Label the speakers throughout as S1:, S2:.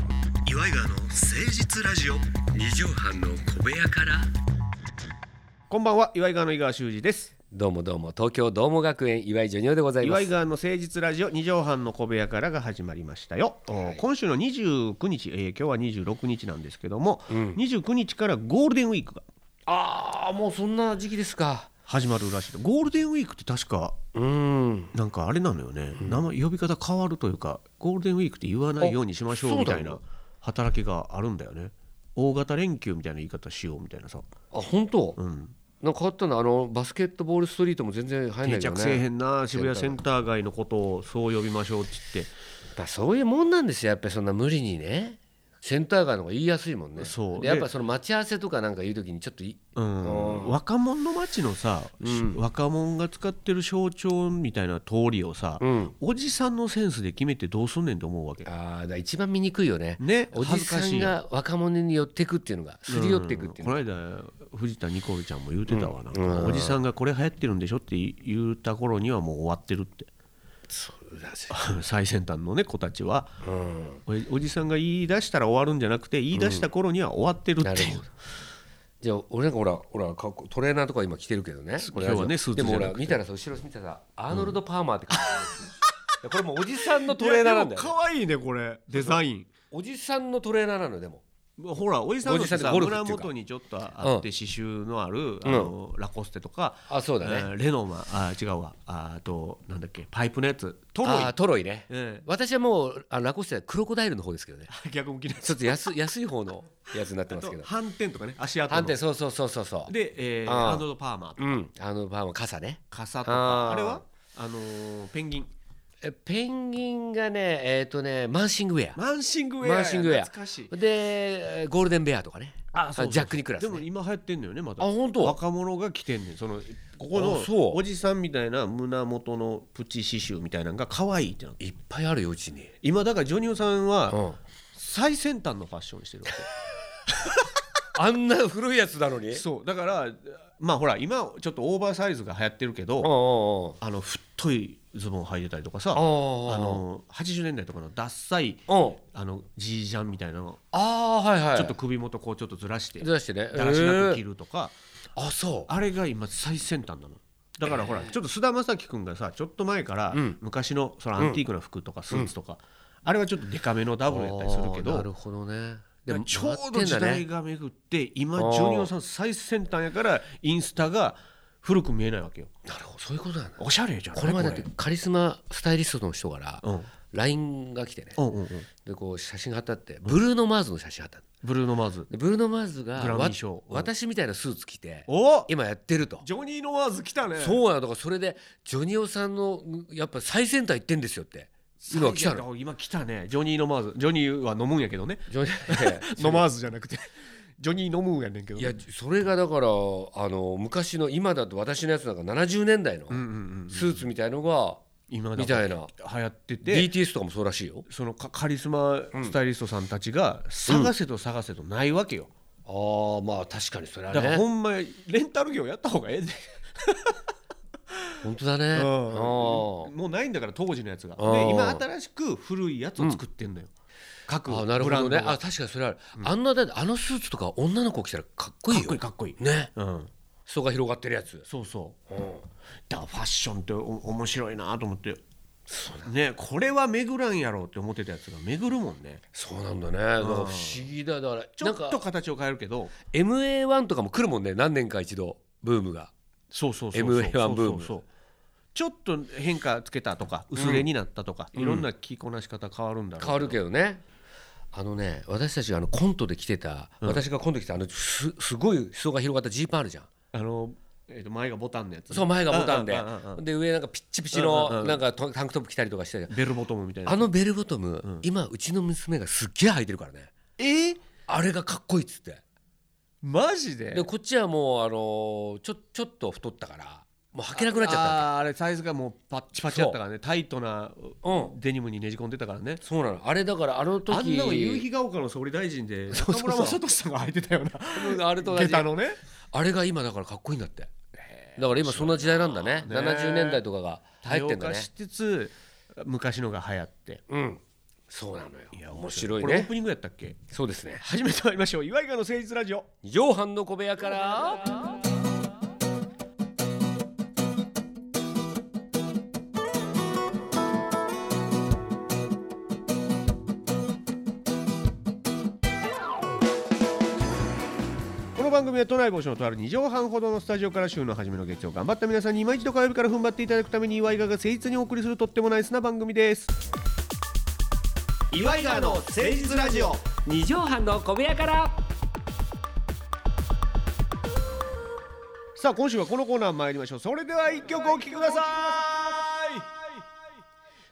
S1: イガーの誠実ラジオ
S2: 二畳半の小部屋から
S1: こんばんは岩井川の井川修司です
S2: どうもどうも東京どうも学園岩井ジョニオでございま
S1: 岩井
S2: す
S1: 川の誠実ラジオ二畳半の小部屋からが始まりましたよ、お今週の29日、えー今日は26日なんですけども、29日からゴールデンウィークが
S2: ああもうそんな時期ですか
S1: 始まるらしいゴールデンウィークって確か
S2: うん
S1: なんかあれなのよね、名前呼び方変わるというかゴールデンウィークって言わないようにしましょう
S2: あ
S1: みたい
S2: そうな
S1: な
S2: の
S1: 働きがあるんだよね大型連休みたいな言い方しようみたいなさ、
S2: あ本当、
S1: うん、
S2: なんか変わったのあのバスケットボールストリートも全然入んな
S1: 定
S2: いけど
S1: 着せえへ
S2: ね
S1: んな渋谷センター街のことをそう呼びましょうって言って
S2: だからそういうもんなんですよやっぱりそんな無理にねセンター街の方が言いやすいもんね
S1: そう
S2: でやっぱその待ち合わせとかなんか言う時にちょっとい
S1: うん、若者の街のさ、若者が使ってる象徴みたいな通りをさ、
S2: うん
S1: おじさんのセンスで決めてどうすんねんって思うわけ
S2: あーだから一番見にくいよね
S1: ね
S2: おじさん
S1: やん
S2: が若者に寄ってくっていうのがすり寄ってくっていう
S1: こ
S2: の
S1: の間藤田ニコルちゃんも言うてたわな、
S2: うん
S1: おじさんがこれ流行ってるんでしょって言った頃にはもう終わってるって
S2: そうだぜ
S1: 最先端のね子たちは
S2: うん
S1: おおじさんが言い出したら終わるんじゃなくて言い出した頃には終わってるっていう、
S2: じゃあ俺なんかほらほらかっこトレーナーとか今着てるけどね
S1: 今日はねスーツじ
S2: で
S1: ゃな
S2: も
S1: くて
S2: ほら見たらさ後ろ見たらさアーノルド・パーマーって書いてあるこれもうおじさんのトレーナーなんだよね、
S1: 可愛いねこれデザイン
S2: おじさんのトレーナーなのよでも
S1: ほらおじさんのさ
S2: おじさんってゴルフってい
S1: 村
S2: うか
S1: 元にちょっとあって刺繍のある、あのラコステとか、
S2: あそうだね
S1: えーレノマあ違うわああとなんだっけパイプのやつトロイ
S2: ああートロイね、
S1: え
S2: 私はもうあのラコステはクロコダイルの方ですけどね
S1: え逆向きのやつ
S2: ちょっと安安い方のやつになってますけど
S1: 反転とかね足跡の
S2: あんてそうそうそうそうそう
S1: で、えー、
S2: ああ
S1: ハンドドパーマーとか
S2: うんあのパーマー傘ね
S1: 傘とか
S2: あ
S1: あ
S2: あ
S1: れはあのーペンギン
S2: えペンギンがねえっ、とねマンシングウェア
S1: マンシングウェア
S2: マンシングウェア
S1: 懐かしい
S2: でえーゴールデンベアとかね
S1: あそうそうそう
S2: ジャック・ニクラス、
S1: で
S2: ね、
S1: も今流行ってんのよねまた
S2: あ本当
S1: 若者が着てんねんそのここの
S2: あそう
S1: おじさんみたいな胸元のプチ刺繍みたいなのが可愛いってなって
S2: いっぱいあるようちに。
S1: 今だからジョニオさんは
S2: うん、
S1: 最先端のファッションしてるわ
S2: あんな古いやつなのに。
S1: けそうだからまあほら今ちょっとオーバーサイズが流行ってるけど
S2: お
S1: あの太いズボン履いてたりとかさ
S2: ああ
S1: あの80年代とかのダッサい
S2: うん。
S1: あのジージャンみたいなの
S2: ああーはいはい。
S1: ちょっと首元こうちょっとずらして
S2: ずらしてね。
S1: だらしなく
S2: え
S1: 着
S2: ー
S1: るとか、
S2: あそう。
S1: あれが今最先端なのだからほらちょっと菅田将暉君がさちょっと前から
S2: うん
S1: 昔のそのアンティークな服とかスーツとか、あれはちょっとデカめのダブルやったりするけ
S2: あー
S1: ど
S2: なるほどね。
S1: だからちょう
S2: 回
S1: ど
S2: って
S1: 時
S2: んだね
S1: 代が巡って今
S2: あ
S1: ジ
S2: ー
S1: ョニオさん最先端やからインスタが古く見えないわけよ
S2: なるほどそういうことなんだ。
S1: おしゃれじゃん
S2: これまでだってカリスマスタイリストの人から
S1: うん
S2: LINE が来てね。
S1: うんうんうん
S2: でこう写真が貼ってあってブルーノ・マーズの写真貼ってあって
S1: ブルーノ・マーズ
S2: でブルーノ・マーズが
S1: グラミ
S2: わ
S1: ー賞うん
S2: 私みたいなスーツ着て
S1: お
S2: 今やってると。
S1: ジョニー・ノワーズ来たねう
S2: そうやだからそれでジョニオさんのやっぱ最先端行ってんですよっていうのが来たの。
S1: 今来たねジョニー・ノマーズジョニーは飲むんやけどね
S2: ジョニ ー
S1: ノマーズじゃなくて ジョニー飲むんやねんけど
S2: いやそれがだからあの昔の今だと私のやつなんか70年代の
S1: うんうんうん
S2: スーツみたいのが、
S1: 今だ
S2: みたいな
S1: 流行ってて
S2: DTS とかもそうらしいよ
S1: そのカカリスマスタイリストさんたちが探せと探せとないわけよ、
S2: ああまあ確かにそれは
S1: だからほ
S2: ね
S1: んまレンタル業やった方がええで、
S2: 本当だね、あ
S1: うん
S2: あ
S1: もうないんだから当時のやつがで
S2: あー
S1: 今新しく古いやつを作ってんのよ、各
S2: あなるほ
S1: ブラン
S2: ど
S1: ド
S2: ね
S1: が
S2: あ確かにそれはある、あんなだってあのスーツとか女の子着たらかっこい
S1: か
S2: い
S1: っ
S2: よ
S1: こいいかっこいい、
S2: ね
S1: うん、
S2: 裾が広がってるやつ、
S1: そうそう
S2: うん、
S1: だからファッションってお面白いなと思ってねこれは巡らんやろうって思ってたやつが巡るもんね
S2: そうなんだねだから不思議だだから
S1: ちょ
S2: なん
S1: っ
S2: か
S1: と形を変えるけど
S2: MA1 とかも来るもんね何年か一度ブームが
S1: そうそうそう
S2: MA1 ブーム
S1: そうそうそうちょっと変化つけたとか薄毛になったとか、いろんな着こなし方変わるんだろう
S2: 変わるけどねあのね私たちがあのコントで着てた、私がコントで着たあのすすごい裾が広がったジーパンあるじゃん
S1: あの、えー、と前がボタンのやつね、
S2: そう前がボタンで
S1: うんうんうんうん
S2: で上なんかピッチピチ
S1: うんうんう
S2: の
S1: ん
S2: なんかタタンクトップ着たりとかしてたじゃん
S1: ベルボトムみたいな
S2: あのベルボトム、今うちの娘がすっげえ履いてるからね
S1: えー、
S2: あれがかっこいいっつって
S1: マジで
S2: でこっちはもうあのーちょちょっと太ったからもう履けなくなっちゃったわ
S1: あーあれサイズがもうパッチパチだったからねタイトな
S2: けうん
S1: デニムにねじ込んでたからね
S2: そうなのあれだからあの時
S1: あんなの夕日が丘の総理大臣で中村雅俊さんが履いてたよう
S2: あれと
S1: な
S2: 同
S1: 下
S2: じ
S1: 駄のね
S2: あれが今だからかっこいいんだってだから今そんな時代なんだね
S1: ね
S2: 70年代とかが
S1: 多
S2: 入っ
S1: 様
S2: てんだ
S1: 化
S2: ね
S1: しつつ昔のが流行って
S2: うんそうなのよ
S1: いや
S2: 面白い
S1: これオー
S2: ね
S1: プニングやったっけ
S2: そうですね
S1: 初めて参りましょう岩井川の誠実ラジオ
S2: 二畳半の小部屋から
S1: この番組は都内防止のとある2畳半ほどのスタジオから週の初めの月曜頑張った皆さんに今一度火曜日から踏ん張っていただくために岩井川が誠実にお送りするとってもナイスな番組です岩井川の誠実ラジオ
S2: 二畳半の小部屋から
S1: さあ今週はこのコーナー参りましょうそれでは一曲お聴きください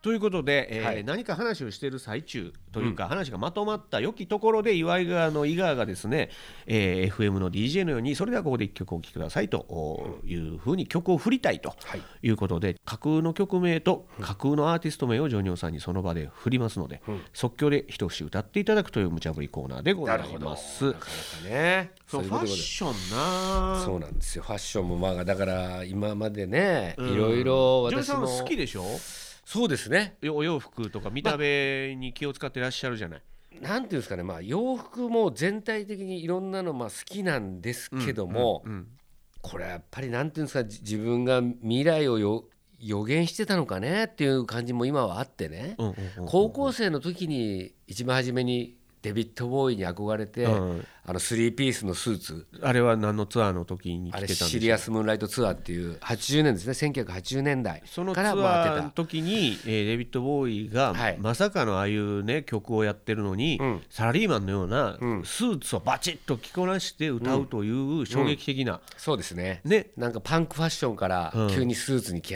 S1: ということで、えー
S2: はい
S1: 何か話をしている最中というか、話がまとまった良きところで岩井川の井川がですね、えー FM の DJ のようにそれではここで一曲お聴きくださいとおーいうふうに曲を振りたいと
S2: はい
S1: いうことで、架空の曲名と架空のアーティスト名をジョニオさんにその場で振りますので、
S2: うん
S1: 即興で一節歌っていただくという無茶ぶりコーナーでございます
S2: な。かなかね
S1: そう
S2: い
S1: フ
S2: こ
S1: ァ
S2: とでござい
S1: ッ
S2: ます
S1: ションな
S2: そうなんですよファッションもまあだから今までね
S1: うん
S2: いろいろ
S1: ジョニオ
S2: 私
S1: さん
S2: も
S1: は好きでしょ
S2: そうですね
S1: よお洋服とか見た目に気を使ってらっしゃるじゃない、
S2: なんていうんですかねまあ洋服も全体的にいろんなのまあ好きなんですけども
S1: うん
S2: これはやっぱりなんていうんですかじ自分が未来をよ予言してたのかねっていう感じも今はあってね
S1: うんうんうん
S2: 高校生の時に一番初めにデビッド・ボーイに憧れて
S1: うん
S2: あのスリーピースのスーツ
S1: あれは何のツアーの時に
S2: あ
S1: 来
S2: れ
S1: てたん
S2: シ
S1: です
S2: リアスムーンライトツアーっていう80年ですね1980年代
S1: そのツ
S2: から
S1: ア
S2: 回っ
S1: ー
S2: て
S1: の
S2: た
S1: 時に、えーデビッド・ボーイが、
S2: はい
S1: まさかのああいうね曲をやってるのに、
S2: うん
S1: サラリーマンのような
S2: うん
S1: スーツをバチッと着こなして歌うという衝撃的な、
S2: そうですね
S1: ね
S2: なんかパンクファッションから
S1: うん
S2: 急にスーツにき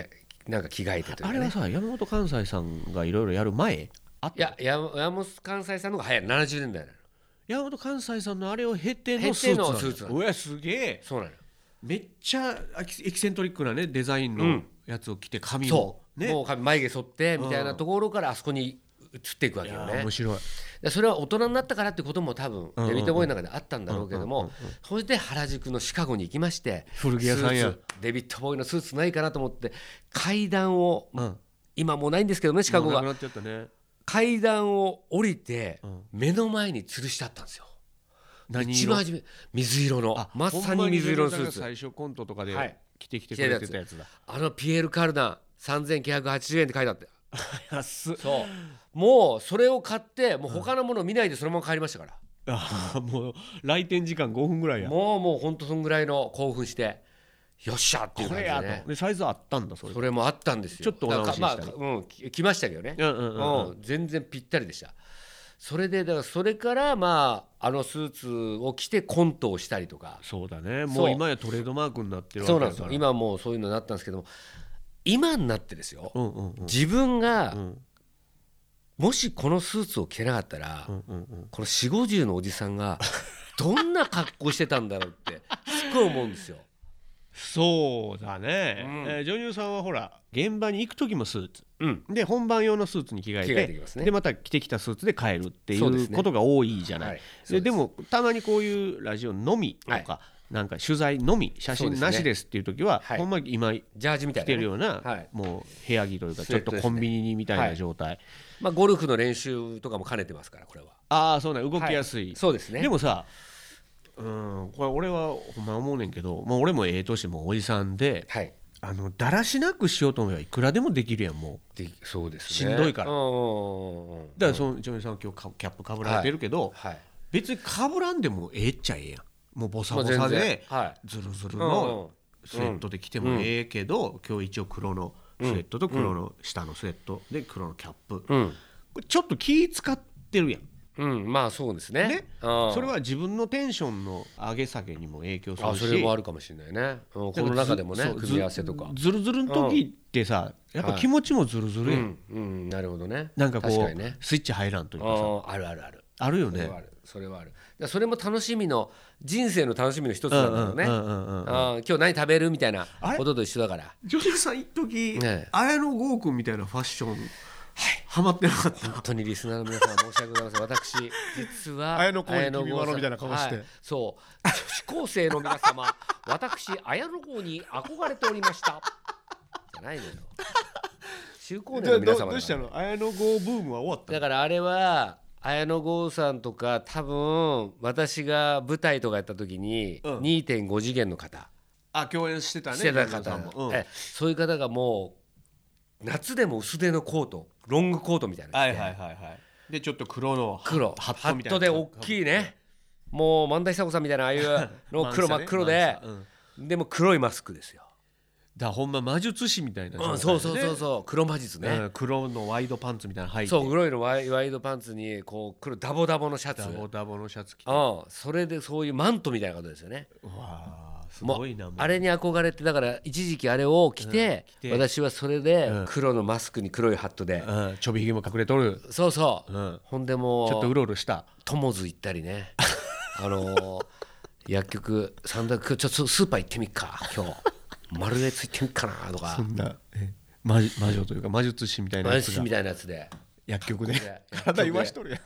S2: なんか着替えてとい
S1: あ
S2: う
S1: れ
S2: か
S1: は
S2: ね
S1: さ山本関西さんがいろいろやる前あっ
S2: いやや山本関西さんの方が早い70年代なの
S1: 山本関西さんのあれを経て
S2: 経
S1: のスー
S2: て
S1: ツなん
S2: の
S1: だ
S2: スーツなんだ
S1: うわすげえ
S2: そうなの
S1: めっちゃエキセントリックなねデザイン
S2: う
S1: の
S2: ん
S1: やつを着て髪
S2: そ
S1: も
S2: う、
S1: ね
S2: もう髪眉毛剃ってみたい
S1: うん
S2: なところからあそこに移っていくわ
S1: い
S2: け
S1: や
S2: よ
S1: ー
S2: ね
S1: 面。白い
S2: でそれは大人になったからってことも多分
S1: うんうん
S2: デビッド・ボーイの中であったんだろうけど
S1: うん
S2: もそれで原宿のシカゴに行きまして
S1: 古着屋さんや
S2: スーツデビッド・ボーイのスーツないかなと思って階段を
S1: うん
S2: 今もうないんですけどねシカゴ
S1: もうな
S2: が
S1: くなっちゃったね
S2: 階段を降りて
S1: うん
S2: 目の前に吊るしてあったんですよ。
S1: 何
S2: 一番初め水色の
S1: あ
S2: まさに水色のスー
S1: ほんま
S2: ツ
S1: に水色の最初コントとかで
S2: はい
S1: 着てきてくれてたやつだ
S2: あのピエール・カルダン3980円って書いてあって
S1: 安っ
S2: そうもうそれを買ってもう他のもの見ないでそのまま帰りましたから、
S1: あーもう来店時間5分ぐらいや
S2: もうもうほんとそんぐらいの興奮してよっしゃっていう
S1: こ
S2: 感じ
S1: れ
S2: で
S1: や
S2: ね
S1: とでサイズあったんだそれ
S2: それもあったんですよ
S1: ちょっとお直ししたり
S2: だからまあうんき来ましたけどね、
S1: うんうんうんうん
S2: うん全然ぴったりでしたそれでだからそれからまああのスーツを着てコントをしたりとか
S1: そうだねも
S2: そうう
S1: 今やトレードマークになってるわけ
S2: そうなん
S1: だ
S2: です
S1: か
S2: よ
S1: ら
S2: 今もうそういうのになったんですけども今になってですよ、
S1: うんうんうん
S2: 自分が、
S1: ん
S2: もしこのスーツを着てなかったら、
S1: うんうんうん
S2: この4 5 0のおじさん がどんな格好してたんだろうってすごい思うんですよ。
S1: そうだね、
S2: うん
S1: えー女優さんはほら現場に行く時もスーツ
S2: うん、
S1: で本番用のスーツに着替えて
S2: 着替えてきますね
S1: でまた着てきたスーツで帰るってい
S2: そうです
S1: う
S2: ね
S1: ことが多いじゃない、
S2: はい
S1: ででもたまにこういうラジオのみとか、
S2: は
S1: なんか取材のみ写真なしですっていう時は
S2: はい
S1: ほんまに今着
S2: ジャージみたいなね、
S1: てるような、
S2: はい
S1: もう部屋着というか
S2: ス
S1: ち
S2: ウ
S1: ょ
S2: ェ
S1: っ
S2: ット
S1: と
S2: ですね
S1: コンビニみたい
S2: は
S1: ない状態、
S2: まあ、ゴルフの練習とかも兼ねてますからこれは。
S1: ああそうなん動きやすい、
S2: はそうですね
S1: でもさうんこれ俺はほんま思うねんけど、まあ、俺もええ年もおじさんで
S2: はい、
S1: あのだらしなくしようと思えばいくらでもできるやんもう。
S2: でそうです
S1: ね
S2: ね、
S1: うだからそのジョニーさんは今日かキャップかぶられてるけど、
S2: はい、
S1: 別にかぶらんでもええっちゃええやんもうボサボサで
S2: はい、
S1: ズルズルのスウェットで着てもええけど、今日一応黒のスウェットと黒の下のスウェットで黒のキャップ、こ
S2: うん、
S1: れちょっと気使ってるやん
S2: うん、まあそうですね。
S1: ね
S2: うん
S1: それは自分のテンションの上げ下げにも影響する
S2: あ
S1: し
S2: それもあるかもしれないね、うん、この中でもね
S1: そう
S2: 組み合わせとか、
S1: ずるずるの時ってさ、やっぱ気持ちもずるず
S2: う
S1: るやん、
S2: んうん、なるほどね
S1: なんかこ
S2: 確
S1: う
S2: かにね
S1: スイッチ入らんという
S2: あ
S1: かさ
S2: ーあるあるある
S1: あるよ
S2: それ
S1: ね
S2: はあるそれはあるだからそれも楽しみの人生の楽しみの一つなんだろうね、
S1: うんうんうんうんうん
S2: あー今日何食べるみたいな
S1: あれ
S2: ことと一緒だから
S1: ジョニーさん一時、
S2: ねえ
S1: 綾野剛君みたいなファッション、はまってな かった
S2: 本当にリスナーの皆さん申し訳ございません 私実は
S1: 綾野剛に
S2: 綾野剛さん
S1: 君はのみたいな顔して
S2: はいそう女子高生の皆様私綾野剛に憧れておりましたじゃないのよ中高年の皆様だから
S1: の綾野剛ブームは終わっ
S2: だからあれは綾野剛さんとか多分私が舞台とかやった時に
S1: うん
S2: 2.5次元の方、
S1: あ共演してたね
S2: してた方、
S1: 綾野剛さんもうん
S2: えそういう方がもう夏でも薄手のコートロングコートみたいなの着て、
S1: はいはいはいはいでちょっと黒の
S2: 黒ハ
S1: ハットみ
S2: ッ
S1: たい
S2: ト
S1: な
S2: で大きいねもう万田久子さんみたいなああいうの黒真っ黒で、
S1: うんだか
S2: でも黒いマスクですよ、
S1: らほんま魔術師みたいな状態でね、
S2: うん、そうそうそうそう黒魔術ね、
S1: うん黒のワイドパンツみたいなの履いて
S2: そう黒いのワイワイドパンツにこう黒ダボダボのシャツ
S1: ダボダボのシャツ着て
S2: うん、それでそういうマントみたいなことですよね
S1: うわーす
S2: もう
S1: ごいなもう
S2: あれに憧れてだから一時期あれを着て,、
S1: うん着て
S2: 私はそれで
S1: うん
S2: 黒のマスクに黒いハットで、
S1: うん、ちょびひげも隠れとる、
S2: そうそう、
S1: うん、
S2: ほんでもう
S1: ちょっとうろうろした
S2: トモズ行ったりね あのー薬局三田区ちょっとスーパー行ってみっか今日丸越行ってみっかなと
S1: そ
S2: か
S1: んなえ魔術魔女というか魔術師みたいな
S2: マ
S1: や
S2: イ
S1: つ
S2: ス
S1: が
S2: みたいなやつで
S1: 薬局で
S2: ここで
S1: 体言わし とるやん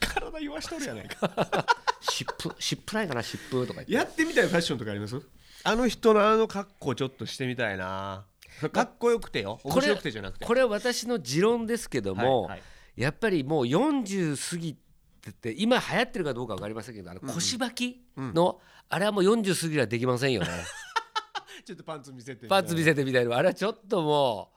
S1: 体言わしとるやないか
S2: 湿布湿布ないかな湿布とか言って
S1: やってみたいファッションとかありますあの人のあの格好ちょっとしてみたいなかっこよくてよ面白くてじゃなくて
S2: これは私の持論ですけども、
S1: はいはい
S2: やっぱりもう40過ぎてて今流行ってるかどうか分かりませんけどあの腰履きの、あれはもう40過ぎりはできませ んよね
S1: ちょっとパンツ見せて
S2: パンツ見せてみたいなあれはちょっとも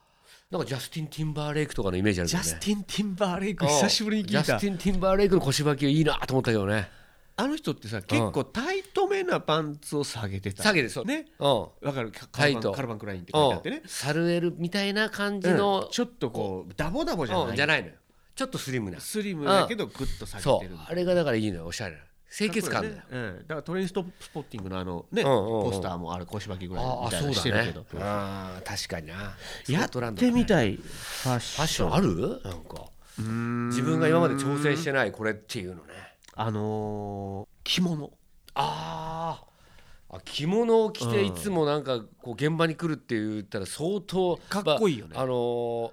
S2: うなんかジャスティン・ティンバーレイクとかのイメージあるけ
S1: ジ
S2: ど
S1: ャ
S2: ね
S1: スティン・ティンバーレイク
S2: うん
S1: 久しぶりに聞い
S2: ジャ
S1: た
S2: スティン・ティンバーレイクの腰履きいいなと思ったけどね
S1: あの人ってさ結構タイトめなパンツを下げてた
S2: 下げてそう
S1: ね
S2: うん
S1: わかるカカ
S2: タ
S1: ル
S2: イ
S1: バン
S2: ト
S1: カルバンクラインって書いてあって
S2: うん
S1: ね
S2: サルエルみたいな感じ
S1: うん
S2: の、
S1: ちょっとこうダボダボじゃ
S2: う
S1: なんい
S2: じゃないのよちょっとスリムな
S1: スリムだけどグッと下げ
S2: そ
S1: て
S2: う
S1: る
S2: あれがだからいいのよおしゃれな清潔感だよ、
S1: かっこいいよねうん、だからトレインストスポッティングのあのね、
S2: うんうんうん
S1: ポスターもあれ腰巻きぐらい
S2: あ
S1: み
S2: あ
S1: たいな
S2: そ
S1: の
S2: う
S1: してる
S2: だ
S1: け
S2: ね
S1: ど、
S2: ああ確かにな
S1: やってみたいファッシ
S2: ファッションあるなんか
S1: ョン
S2: 自分が今まで挑戦してないこれっていうのね
S1: あのー着物
S2: あーあ着物を着て
S1: うん
S2: いつもなんかこう現場に来るって言ったら相当
S1: かっこいいよね
S2: まああのー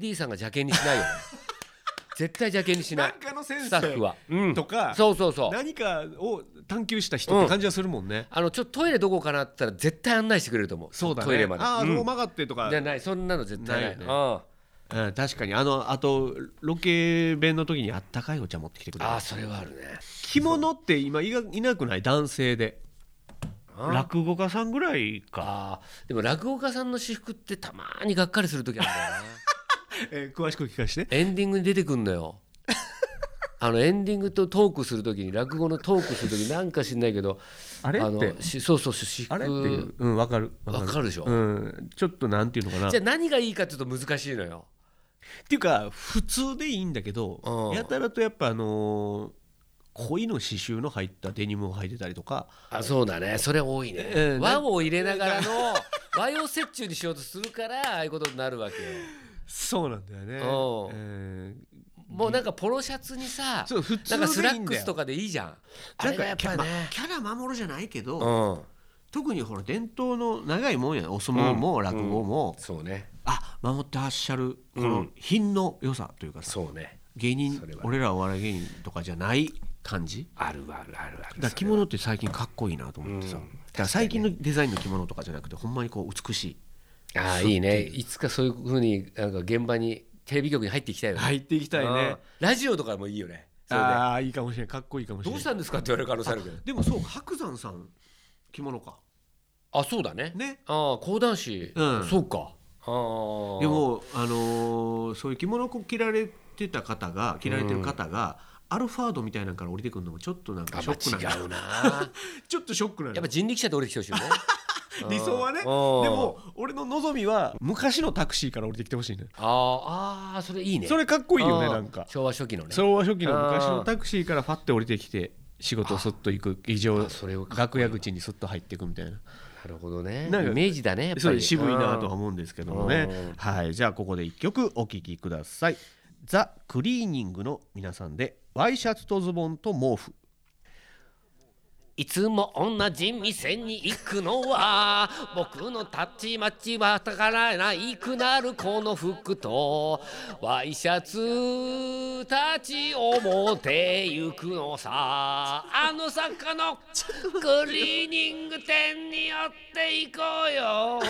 S2: AD さんが邪険にしないよね 絶対邪険にしない
S1: なんかの先生
S2: スタッフは、うん、
S1: とか
S2: そうそうそう
S1: 何かを探求した人って感じはするもんね、
S2: あのちょっとトイレどこかなって言ったら絶対案内してくれると思う
S1: そうだね
S2: トイレまで
S1: ああ、
S2: うん
S1: もう曲がってとか
S2: じゃないそんなの絶対ない
S1: ないよね
S2: うん
S1: うん、確かにあのあとロケ弁の時にあったかいお茶持ってきてくれ
S2: あ
S1: る
S2: あそれはあるね
S1: 着物って今いがいなくない男性で
S2: うん
S1: 落語家さんぐらい
S2: あ
S1: か、
S2: ーでも落語家さんの私服ってたまーにがっかりする時あるんだよな
S1: えー詳しく聞かせて
S2: エンディングに出てくんのよ あのエンディングとトークする時に落語のトークする時なんか知んないけど
S1: あれっ
S2: の
S1: て
S2: しそうそう私服
S1: あれっていううんわかるわ
S2: わかるでしょ、
S1: うんちょっとなんていうのかなっ
S2: じゃあ何がいいかちょっと難しいのよ
S1: ていうか普通でいいんだけど
S2: うん
S1: やたらとやっぱあのー恋の刺繍の入ったデニムを履いてたりとか
S2: あそうだねそれ多いね、
S1: ええ
S2: 和を入れながらの和洋折衷にしようとするからああいうことになるわけよ
S1: そうなんだよね
S2: うん
S1: うん
S2: もうなんかポロシャツにさ
S1: そう普
S2: な
S1: 通
S2: ん
S1: でいいんだよ
S2: かスラックスとかでいいじゃんあ
S1: な
S2: れ
S1: ん
S2: が
S1: か
S2: やっ
S1: キ
S2: ぱ
S1: ャ,、
S2: ね
S1: まキャラ守るじゃないけど、
S2: うん
S1: 特にほら伝統の長いもんやねお相撲も落語も、
S2: そうね
S1: あ守ってらっしゃる
S2: う
S1: この
S2: ん
S1: 品の良さというかさ、
S2: そうね
S1: 芸人
S2: それは
S1: 俺らお笑い芸人とかじゃない感じ
S2: あるあるあるある
S1: だから着物って最近かっこいいなと思ってさ、
S2: うん
S1: だから最近のデザインの着物とかじゃなくてほんまにこう美しい
S2: ああいいねいつかそういうふうになんか現場にテレビ局に入っていきたいよね
S1: 入っていきたい
S2: うん
S1: ね
S2: ラジオとかもいいよねそれ
S1: ああいいかもしれないかっこいいかもし
S2: でど
S1: れな
S2: う
S1: い
S2: したんですかって言われる可能性あるけど
S1: でもそうか白山さん着物か
S2: あそうだね
S1: ね
S2: ああ講談師
S1: うん
S2: そうかああ
S1: でもあのーそういう着物を着られてた方が着られてる方が、アルファードみたいなのから降りてくるのもちょっとなんか
S2: あ
S1: ショ
S2: ま
S1: ックなんだ
S2: あ違う な
S1: ちょっとショックなの
S2: やっぱ人力車で降りてきてほしいよね
S1: 理想はね
S2: う
S1: で
S2: ん
S1: も俺の望みは昔のタクシーから降りてきてほしいね
S2: ああああそれいいね
S1: それかっこいいよね
S2: ああ
S1: なんか
S2: 昭和初期のね
S1: 昭和初期の昔のタクシーからファッて降りてきて仕事をすっと行く以上
S2: あそれをかっ
S1: 楽屋口にすっと入っていくみたいな
S2: なるほどねイメ
S1: なんか
S2: ージだねやっぱ
S1: そう
S2: り
S1: 渋いなとは思うんですけども
S2: う
S1: ね
S2: ん
S1: はいじゃあここで一曲お聴きくださいザ・クリーニングの皆さんでワイシャツとズボンと毛布
S2: いつも同じ店に行くの は僕のたちまちは宝ないくなるこの服とワイシャツたちを持って行くのさあの坂のクリーニング店に寄って行こう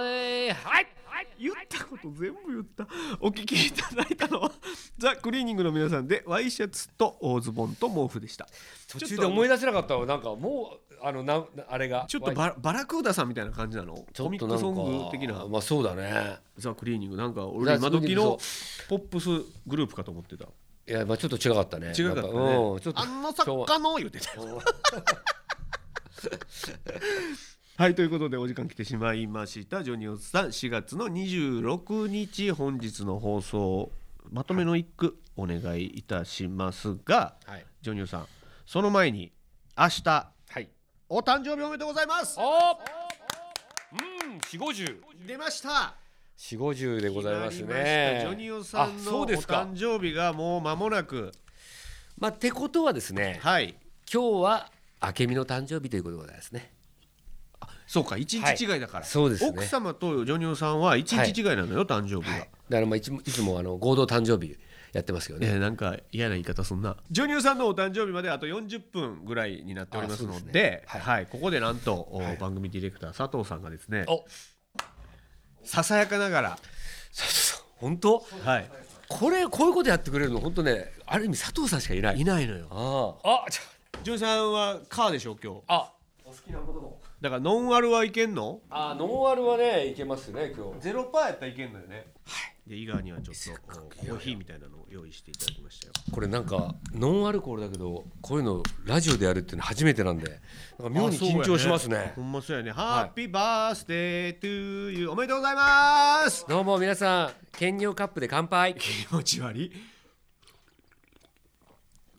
S2: よはい、はい
S1: 言っこと全部言ったお聞きいただいたのは ザ・クリーニングの皆さんでワイシャツとおズボンと毛布でした
S2: 途中で思い出せなかったわなんかもうあのなあれが
S1: ちょっとバラバラクーダさんみたいな感じなのコミックソング的な
S2: まあそうだね
S1: ザ・クリーニングなんか俺今時のポップスグループかと思ってた
S2: いやまあちょっと違かったね
S1: 違かったね
S2: やぱうんちょっと
S1: あの作家の言うてた
S2: 昭和
S1: はいということでお時間来てしまいましたジョニオさん4月の26日本日の放送まとめの一句お願いいたしますが
S2: はい
S1: ジョニオさんその前に明日
S2: はい
S1: お誕生日おめでとうございます
S2: おうん四五十
S1: 出ました
S2: 四五十でございます
S1: 決りました
S2: ね
S1: ジョニオさ
S2: あ
S1: んの
S2: そ
S1: お
S2: うですか
S1: 誕生日がもう間もなく
S2: まあってことはですね
S1: はい
S2: 今日は明美の誕生日ということでございますね
S1: そうか一日違いだから、
S2: はいそうですね
S1: 奥様とジョニオさんは一日違いなのよ、誕生日が、
S2: だからまあいつもいつもあの合同誕生日やってますけどね
S1: えーなんか嫌な言い方そんなジョニオさんのお誕生日まであと40分ぐらいになっておりますの
S2: あ
S1: で
S2: そうですね
S1: は
S2: はいい
S1: ここでなんと、お番組ディレクター佐藤さんがですね
S2: お
S1: ささやかながら、
S2: 本当
S1: はい、
S2: これこういうことやってくれるの本当ねある意味佐藤さんしかいない
S1: いないのよ
S2: あああちょ
S1: ジョニオさんはカーでしょ今日
S2: あ
S1: だからノンアルはいけんの
S2: あノンアルはねいけますね今日
S1: ゼロパーやったらいけんのよねはいで伊賀にはちょっとおコーヒーみたいなのを用意していただきましたよ
S2: これなんかノンアルコールだけどこういうのラジオでやるっていうの初めてなんでなんか妙に緊張しますね
S1: ほんまそうやねハッピーバースデートゥーユーおめでとうございます
S2: どうも皆さん健尿カップで乾杯
S1: 気持ち悪い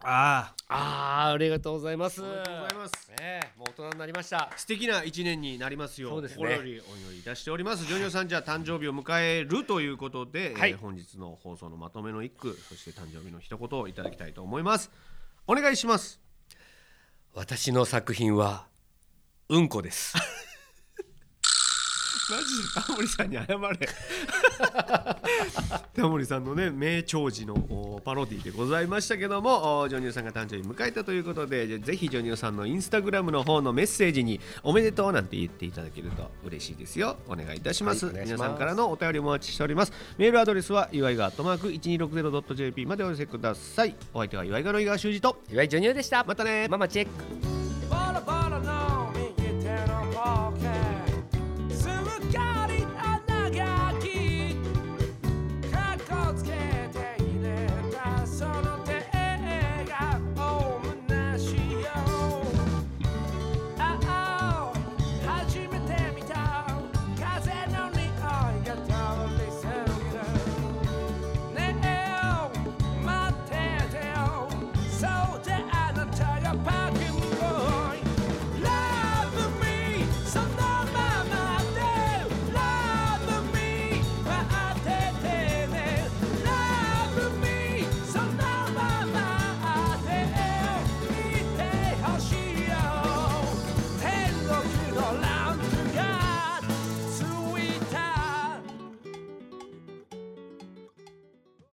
S1: あ
S2: あーありがとうございます
S1: ありがとうございます
S2: ねえもう大人になりました
S1: 素敵な一年になりますよ
S2: そうですね
S1: 心よりお祈りいたしておりますジョニオさんじゃあ誕生日を迎えるということで、
S2: はい
S1: えー本日の放送のまとめの一句そして誕生日の一言をいただきたいと思いますお願いします
S2: 私の作品はうんこです
S1: マジでタモリさんに謝れ タモリさんのね名長寿のおパロディでございましたけどもおジョニオさんが誕生日迎えたということでじゃぜひジョニオさんのインスタグラムの方のメッセージに「おめでとう」なんて言っていただけると嬉しいですよお願いいたします,、
S2: はいお願いしま
S1: 皆
S2: す
S1: さんからのお便りお待ちしておりますメールアドレスは祝いがトマーク 1260.jp までお寄せくださいお相手は祝いがの井川修司と
S2: 岩井ジョニオでした
S1: またね
S2: ママチェック